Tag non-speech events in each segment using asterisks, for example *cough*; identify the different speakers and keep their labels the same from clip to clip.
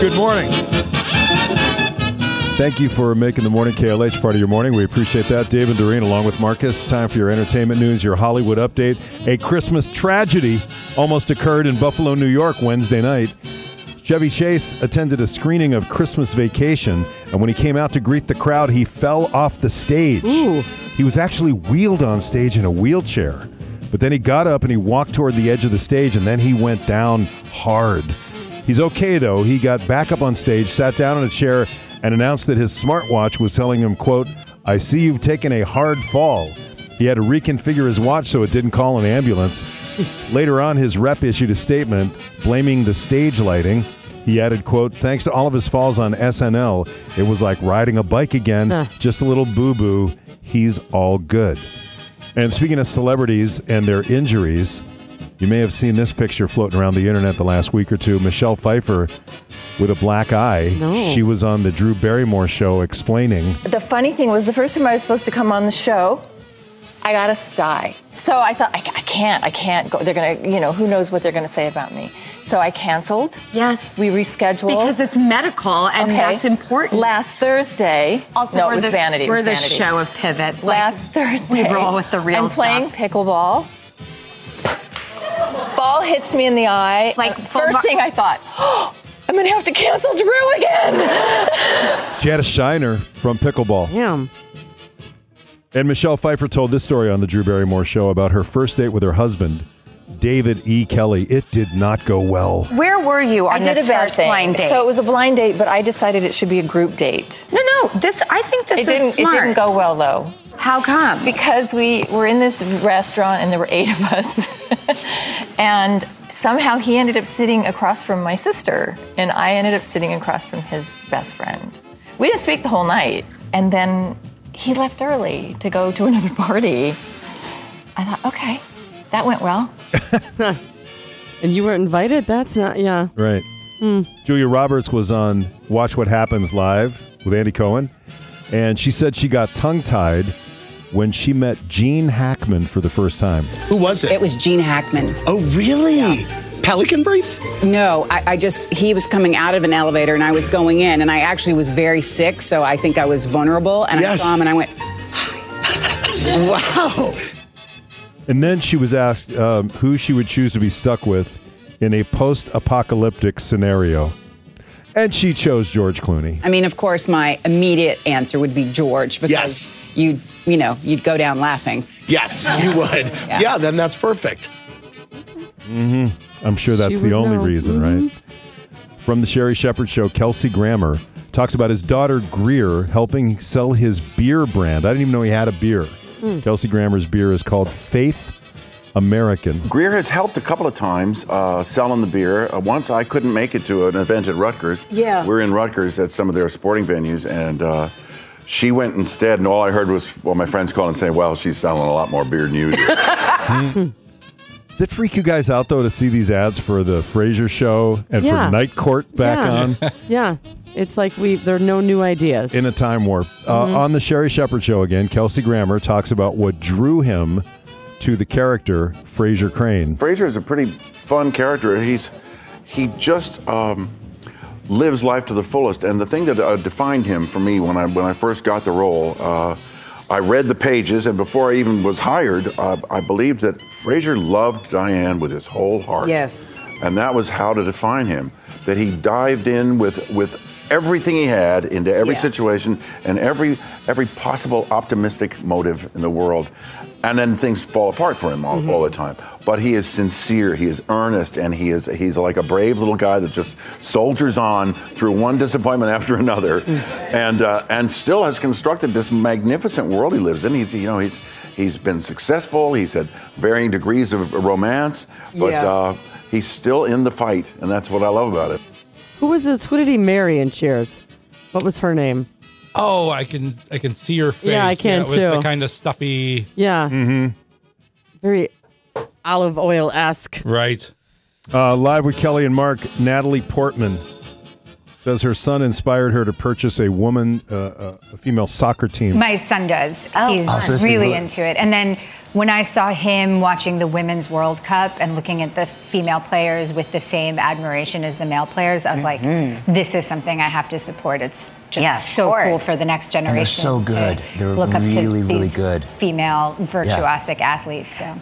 Speaker 1: Good morning. Thank you for making the morning KLH part of your morning. We appreciate that. Dave and Doreen, along with Marcus, time for your entertainment news, your Hollywood update. A Christmas tragedy almost occurred in Buffalo, New York, Wednesday night. Chevy Chase attended a screening of Christmas Vacation, and when he came out to greet the crowd, he fell off the stage.
Speaker 2: Ooh.
Speaker 1: He was actually wheeled on stage in a wheelchair, but then he got up and he walked toward the edge of the stage, and then he went down hard. He's okay though. He got back up on stage, sat down in a chair, and announced that his smartwatch was telling him, "quote I see you've taken a hard fall." He had to reconfigure his watch so it didn't call an ambulance. Later on, his rep issued a statement blaming the stage lighting. He added, quote, thanks to all of his falls on SNL, it was like riding a bike again,
Speaker 2: Huh.
Speaker 1: just a little boo-boo. He's all good. And speaking of celebrities and their injuries, you may have seen this picture floating around the internet the last week or two. Michelle Pfeiffer with a black eye.
Speaker 2: No.
Speaker 1: She was on the Drew Barrymore show explaining.
Speaker 3: The funny thing was, the first time I was supposed to come on the show, I got a die. So I thought, I, I can't, I can't go. They're going to, you know, who knows what they're going to say about me. So I canceled.
Speaker 4: Yes.
Speaker 3: We rescheduled.
Speaker 4: Because it's medical and
Speaker 3: Okay.
Speaker 4: that's important.
Speaker 3: Last Thursday.
Speaker 4: also,
Speaker 3: no,
Speaker 4: we're
Speaker 3: it was
Speaker 4: the,
Speaker 3: vanity. It
Speaker 4: We're
Speaker 3: was
Speaker 4: the
Speaker 3: vanity.
Speaker 4: show of pivots. like,
Speaker 3: Last Thursday.
Speaker 4: We roll with the real
Speaker 3: I'm playing
Speaker 4: stuff.
Speaker 3: pickleball. Ball hits me in the eye.
Speaker 4: Like,
Speaker 3: And
Speaker 4: full
Speaker 3: first
Speaker 4: mar-
Speaker 3: thing I thought, *gasps* oh, I'm going to have to cancel Drew again. *laughs*
Speaker 1: She had a shiner from pickleball.
Speaker 2: Damn.
Speaker 1: And Michelle Pfeiffer told this story on the Drew Barrymore show about her first date with her husband, David E. Kelly. It did not go well.
Speaker 4: Where were you on
Speaker 3: I did
Speaker 4: this
Speaker 3: a bad
Speaker 4: first
Speaker 3: thing.
Speaker 4: blind date?
Speaker 3: So it was a blind date, but I decided it should be a group date.
Speaker 4: no, no. This I think this
Speaker 3: It
Speaker 4: is
Speaker 3: didn't. It
Speaker 4: smart.
Speaker 3: didn't go well though,
Speaker 4: How come?
Speaker 3: because we were in this restaurant and there were eight of us, *laughs* and somehow he ended up sitting across from my sister, and I ended up sitting across from his best friend. We didn't speak the whole night, and then he left early to go to *laughs* another party. I thought, okay, that went well.
Speaker 2: And you weren't invited? That's not, yeah.
Speaker 1: Right. Julia Roberts was on Watch What Happens Live with Andy Cohen, and she said she got tongue tied when she met Gene Hackman for the first time.
Speaker 5: Who was it?
Speaker 6: It was Gene Hackman.
Speaker 5: oh, really? Pelican Brief?
Speaker 6: No, I, I just, he was coming out of an elevator and I was going in, and I actually was very sick, so I think I was vulnerable. And
Speaker 5: Yes.
Speaker 6: I saw him and I went,
Speaker 5: Wow.
Speaker 1: And then she was asked um, who she would choose to be stuck with in a post apocalyptic scenario. And she chose George Clooney.
Speaker 6: I mean, of course, my immediate answer would be George because
Speaker 5: Yes.
Speaker 6: you'd, you know, you'd go down laughing.
Speaker 5: Yes, you would. Yeah. then that's perfect.
Speaker 1: I'm sure that's
Speaker 2: She
Speaker 1: the
Speaker 2: would
Speaker 1: only
Speaker 2: know. Mm-hmm.
Speaker 1: reason, right? From the Sherry Shepherd show, Kelsey Grammer talks about his daughter Greer helping sell his beer brand. I didn't even know he had a beer.
Speaker 2: Hmm.
Speaker 1: Kelsey Grammer's beer is called Faith American.
Speaker 7: Greer has helped a couple of times uh, selling the beer. Uh, once I couldn't make it to an event at Rutgers.
Speaker 6: Yeah.
Speaker 7: We're in Rutgers at some of their sporting venues, and uh, she went instead, and all I heard was, well, my friends calling and saying, well, she's selling a lot more beer than you do.
Speaker 1: Does it freak you guys out though to see these ads for the Fraser show and
Speaker 2: Yeah.
Speaker 1: for Night Court back
Speaker 2: yeah.
Speaker 1: on?
Speaker 2: *laughs* yeah. It's like we, there are no new ideas.
Speaker 1: in a time warp.
Speaker 2: Mm-hmm.
Speaker 1: Uh, on the Sherry Shepherd show again, Kelsey Grammer talks about what drew him to the character Fraser Crane.
Speaker 7: Fraser is a pretty fun character. He's he just um, lives life to the fullest. And the thing that uh, defined him for me when I when I first got the role, uh, I read the pages, and before I even was hired, uh, I believed that Fraser loved Diane with his whole heart.
Speaker 6: Yes.
Speaker 7: And that was how to define him. That he dived in with with everything he had into every
Speaker 6: Yeah.
Speaker 7: situation and every every possible optimistic motive in the world. And then things fall apart for him all, all the time. But he is sincere, he is earnest, and he is he's like a brave little guy that just soldiers on through one disappointment after another, and uh, and still has constructed this magnificent world he lives in. He's you know he's he's been successful. He's had varying degrees of romance, but
Speaker 6: Yeah.
Speaker 7: uh, he's still in the fight, and that's what I love about it.
Speaker 2: Who was this? Who did he marry in Cheers? What was her name?
Speaker 8: Oh, I can I can see your face.
Speaker 2: Yeah, I can
Speaker 8: That was
Speaker 2: too.
Speaker 8: the kind of stuffy,
Speaker 2: Yeah. Mm-hmm. Very olive oil esque.
Speaker 8: right?
Speaker 1: Uh, live with Kelly and Mark, Natalie Portman says her son inspired her to purchase a woman, uh, uh, a female soccer team.
Speaker 9: My son does. He's really into it. And then
Speaker 3: when I saw him watching the Women's World Cup and looking at the female players with the same admiration as the male players, I was like, this is something I have to support. It's just
Speaker 10: Yeah, of
Speaker 3: so cool
Speaker 10: course.
Speaker 3: for the next generation.
Speaker 7: so
Speaker 3: to
Speaker 7: good. They're
Speaker 3: look up to
Speaker 7: really, really
Speaker 3: these
Speaker 7: good.
Speaker 3: Female virtuosic athletes. So.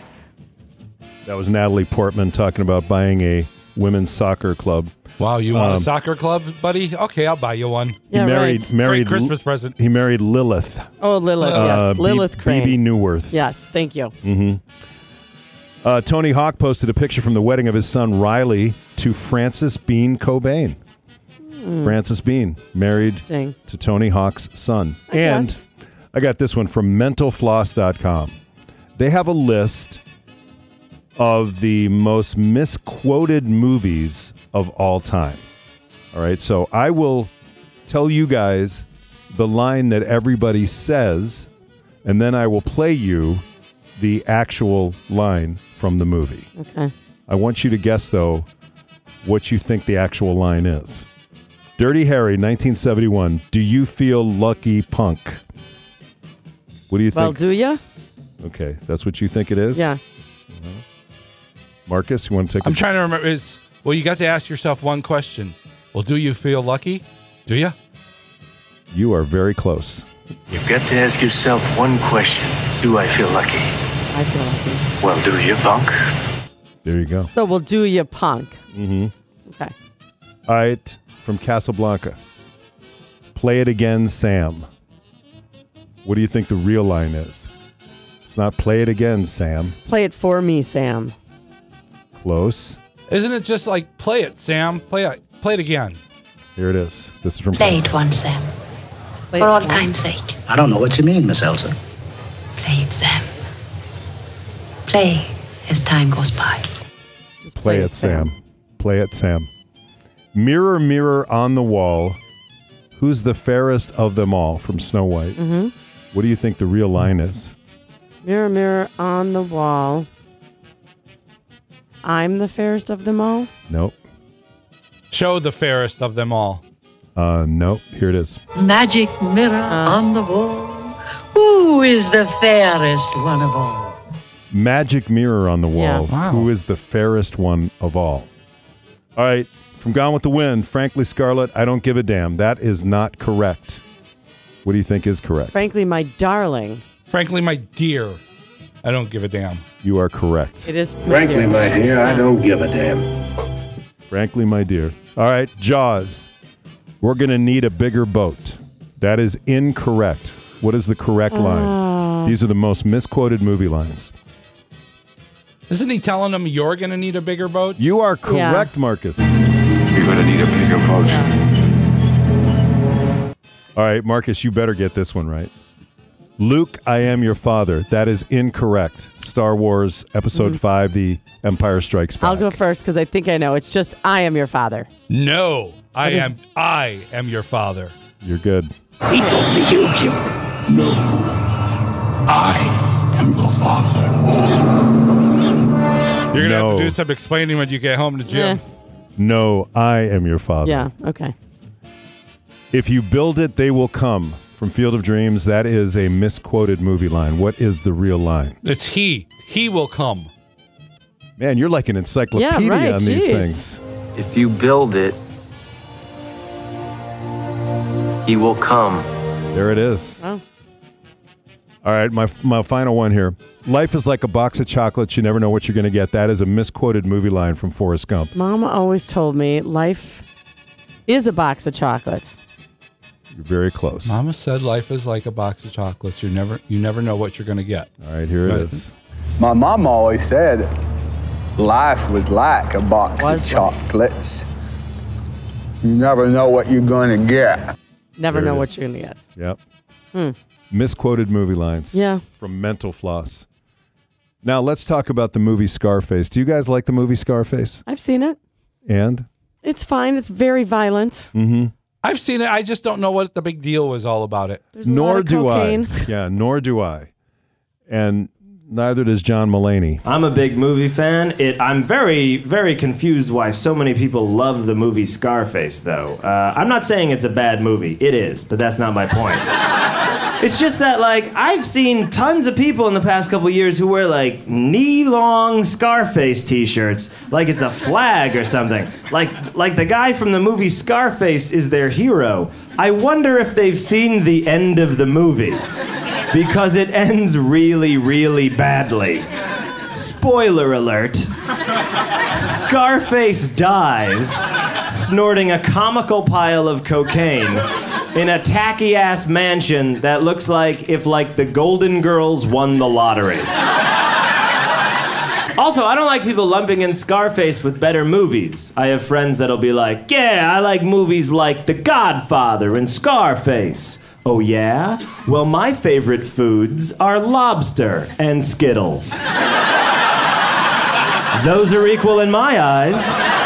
Speaker 1: That was Natalie Portman talking about buying a women's soccer club.
Speaker 11: Wow, you want
Speaker 1: Um,
Speaker 11: a soccer club, buddy? Okay, I'll buy you one.
Speaker 1: He
Speaker 2: Yeah,
Speaker 1: married
Speaker 2: right.
Speaker 1: married
Speaker 11: Great Christmas present.
Speaker 1: He married Lilith.
Speaker 2: Oh, Lilith.
Speaker 1: uh,
Speaker 2: yes. Lilith
Speaker 1: B- Mm-hmm. BB
Speaker 2: Crane.
Speaker 1: Newworth.
Speaker 2: Yes, thank you.
Speaker 1: Uh, Tony Hawk posted a picture from the wedding of his son Riley to Francis Bean Cobain. Francis Bean married
Speaker 2: Hmm. Interesting.
Speaker 1: to Tony Hawk's son.
Speaker 2: I
Speaker 1: and
Speaker 2: guess.
Speaker 1: I got this one from mentalfloss.com. They have a list of the most misquoted movies of all time. All right, so I will tell you guys the line that everybody says, and then I will play you the actual line from the movie.
Speaker 2: Okay.
Speaker 1: I want you to guess, though, what you think the actual line is. Dirty Harry, 1971. Do you feel lucky, punk? What do you
Speaker 2: Well,
Speaker 1: think?
Speaker 2: do ya?
Speaker 1: okay, that's what you think it is?
Speaker 2: Yeah.
Speaker 1: Marcus, you want to take
Speaker 11: I'm
Speaker 1: a
Speaker 11: trying to remember. Is well, you got to ask yourself one question. Well, do you feel lucky? Do you?
Speaker 1: You are very close.
Speaker 5: You've got to ask yourself one question Do I feel lucky?
Speaker 2: I feel like it.
Speaker 5: Well, do you, punk?
Speaker 1: There you go.
Speaker 2: So we'll do ya, punk.
Speaker 1: Mm-hmm.
Speaker 2: Okay.
Speaker 1: All right, from Casablanca. Play it again, Sam. What do you think the real line is? It's not play it again, Sam.
Speaker 2: Play it for me, Sam.
Speaker 1: Close.
Speaker 11: Isn't it just like play it, Sam? Play it. Play it again.
Speaker 1: Here it is. This is from
Speaker 4: Play it once, Sam.
Speaker 2: Play
Speaker 4: For
Speaker 2: it
Speaker 4: all
Speaker 2: once.
Speaker 4: time's sake.
Speaker 7: I don't know what you mean, Miss Elsa.
Speaker 4: Play it, Sam. Play as time goes by.
Speaker 2: Just
Speaker 1: Play, it, Sam. Play it, Sam. Mirror, mirror on the wall, who's the fairest of them all from Snow White?
Speaker 2: Mhm.
Speaker 1: What do you think the real line is?
Speaker 2: Mirror, mirror on the wall. I'm the fairest of them all.
Speaker 1: Nope.
Speaker 11: Show the fairest of them all.
Speaker 1: Uh, nope. Here it is.
Speaker 4: Magic mirror on the wall. Who is the fairest one of all?
Speaker 1: Magic mirror on the wall,
Speaker 2: Yeah.
Speaker 11: Wow.
Speaker 1: who is the fairest one of all? All right. From Gone with the Wind, Frankly Scarlet, I don't give a damn. That is not correct. What do you think is correct?
Speaker 2: Frankly, my darling.
Speaker 11: Frankly, my dear, I don't give a damn.
Speaker 1: you are correct.
Speaker 2: It is.
Speaker 5: Frankly, my dear, I don't give a damn.
Speaker 1: Frankly, my dear. All right, Jaws. We're going to need a bigger boat. That is incorrect. What is the correct
Speaker 2: Ah.
Speaker 1: line? These are the most misquoted movie lines.
Speaker 11: Isn't he telling them you're gonna need a bigger boat?
Speaker 1: You are
Speaker 2: Yeah.
Speaker 1: correct, Marcus.
Speaker 12: You're going to need a bigger boat.
Speaker 1: All right, Marcus, you better get this one right. Luke, I am your father. That is incorrect. Star Wars Episode 5, The Empire Strikes Back.
Speaker 2: Mm-hmm. I'll go first because I think I know. It's just I am your father.
Speaker 11: No, I am. I am your father.
Speaker 1: You're good.
Speaker 5: He told me you killed him. No. I am your father.
Speaker 11: You're gonna
Speaker 1: No.
Speaker 11: have to do some explaining when you get home to Jim.
Speaker 1: No, I am your father.
Speaker 2: Yeah. Okay.
Speaker 1: If you build it, they will come. From Field of Dreams, that is a misquoted movie line. What is the real line?
Speaker 11: It's he. He will come.
Speaker 1: Man, you're like an encyclopedia
Speaker 2: Yeah, right,
Speaker 1: on these
Speaker 2: jeez.
Speaker 1: things.
Speaker 5: If you build it, he will come.
Speaker 1: There it is.
Speaker 2: Wow.
Speaker 1: All right, my my final one here. Life is like a box of chocolates. You never know what you're going to get. That is a misquoted movie line from Forrest Gump.
Speaker 2: Mama always told me life is a box of chocolate.
Speaker 1: You're very close.
Speaker 11: Mama said life is like a box of chocolates. You never, you never know what you're gonna get.
Speaker 1: All right, here
Speaker 11: Right.
Speaker 1: it is.
Speaker 7: My mom always said life was like a box
Speaker 2: of Was like.
Speaker 7: chocolates. You never know what you're going to get.
Speaker 2: Never
Speaker 1: There it
Speaker 2: know
Speaker 1: is.
Speaker 2: what you're gonna get.
Speaker 1: Yep. Misquoted movie lines.
Speaker 2: Hmm. Yeah.
Speaker 1: From Mental Floss. Now let's talk about the movie Scarface. Do you guys like the movie Scarface?
Speaker 2: I've seen it.
Speaker 1: And
Speaker 2: It's fine. It's very violent.
Speaker 11: I've seen it. I just don't know what the big deal was all about it.
Speaker 2: There's a lot of cocaine.
Speaker 1: I. *laughs* Yeah, nor do I. And neither does John Mulaney.
Speaker 5: I'm a big movie fan. It, I'm very, very confused why so many people love the movie Scarface, though. Uh, I'm not saying it's a bad movie. It is, but that's not my point.
Speaker 11: It's just that, like, I've seen tons of people in the past couple years who wear, like, knee long Scarface t shirts, like it's a flag or something. Like, like the guy from the movie Scarface is their hero. I wonder if they've seen the end of the movie, because it ends really, really badly. Spoiler alert. Scarface dies snorting a comical pile of cocaine in a tacky ass mansion that looks like if like the Golden Girls won the lottery. *laughs* Also, I don't like people lumping in Scarface with better movies. I have friends that'll be like, "Yeah, I like movies like The Godfather and Scarface." Oh yeah? Well, my favorite foods are lobster *laughs* and Skittles. Those are equal in my eyes.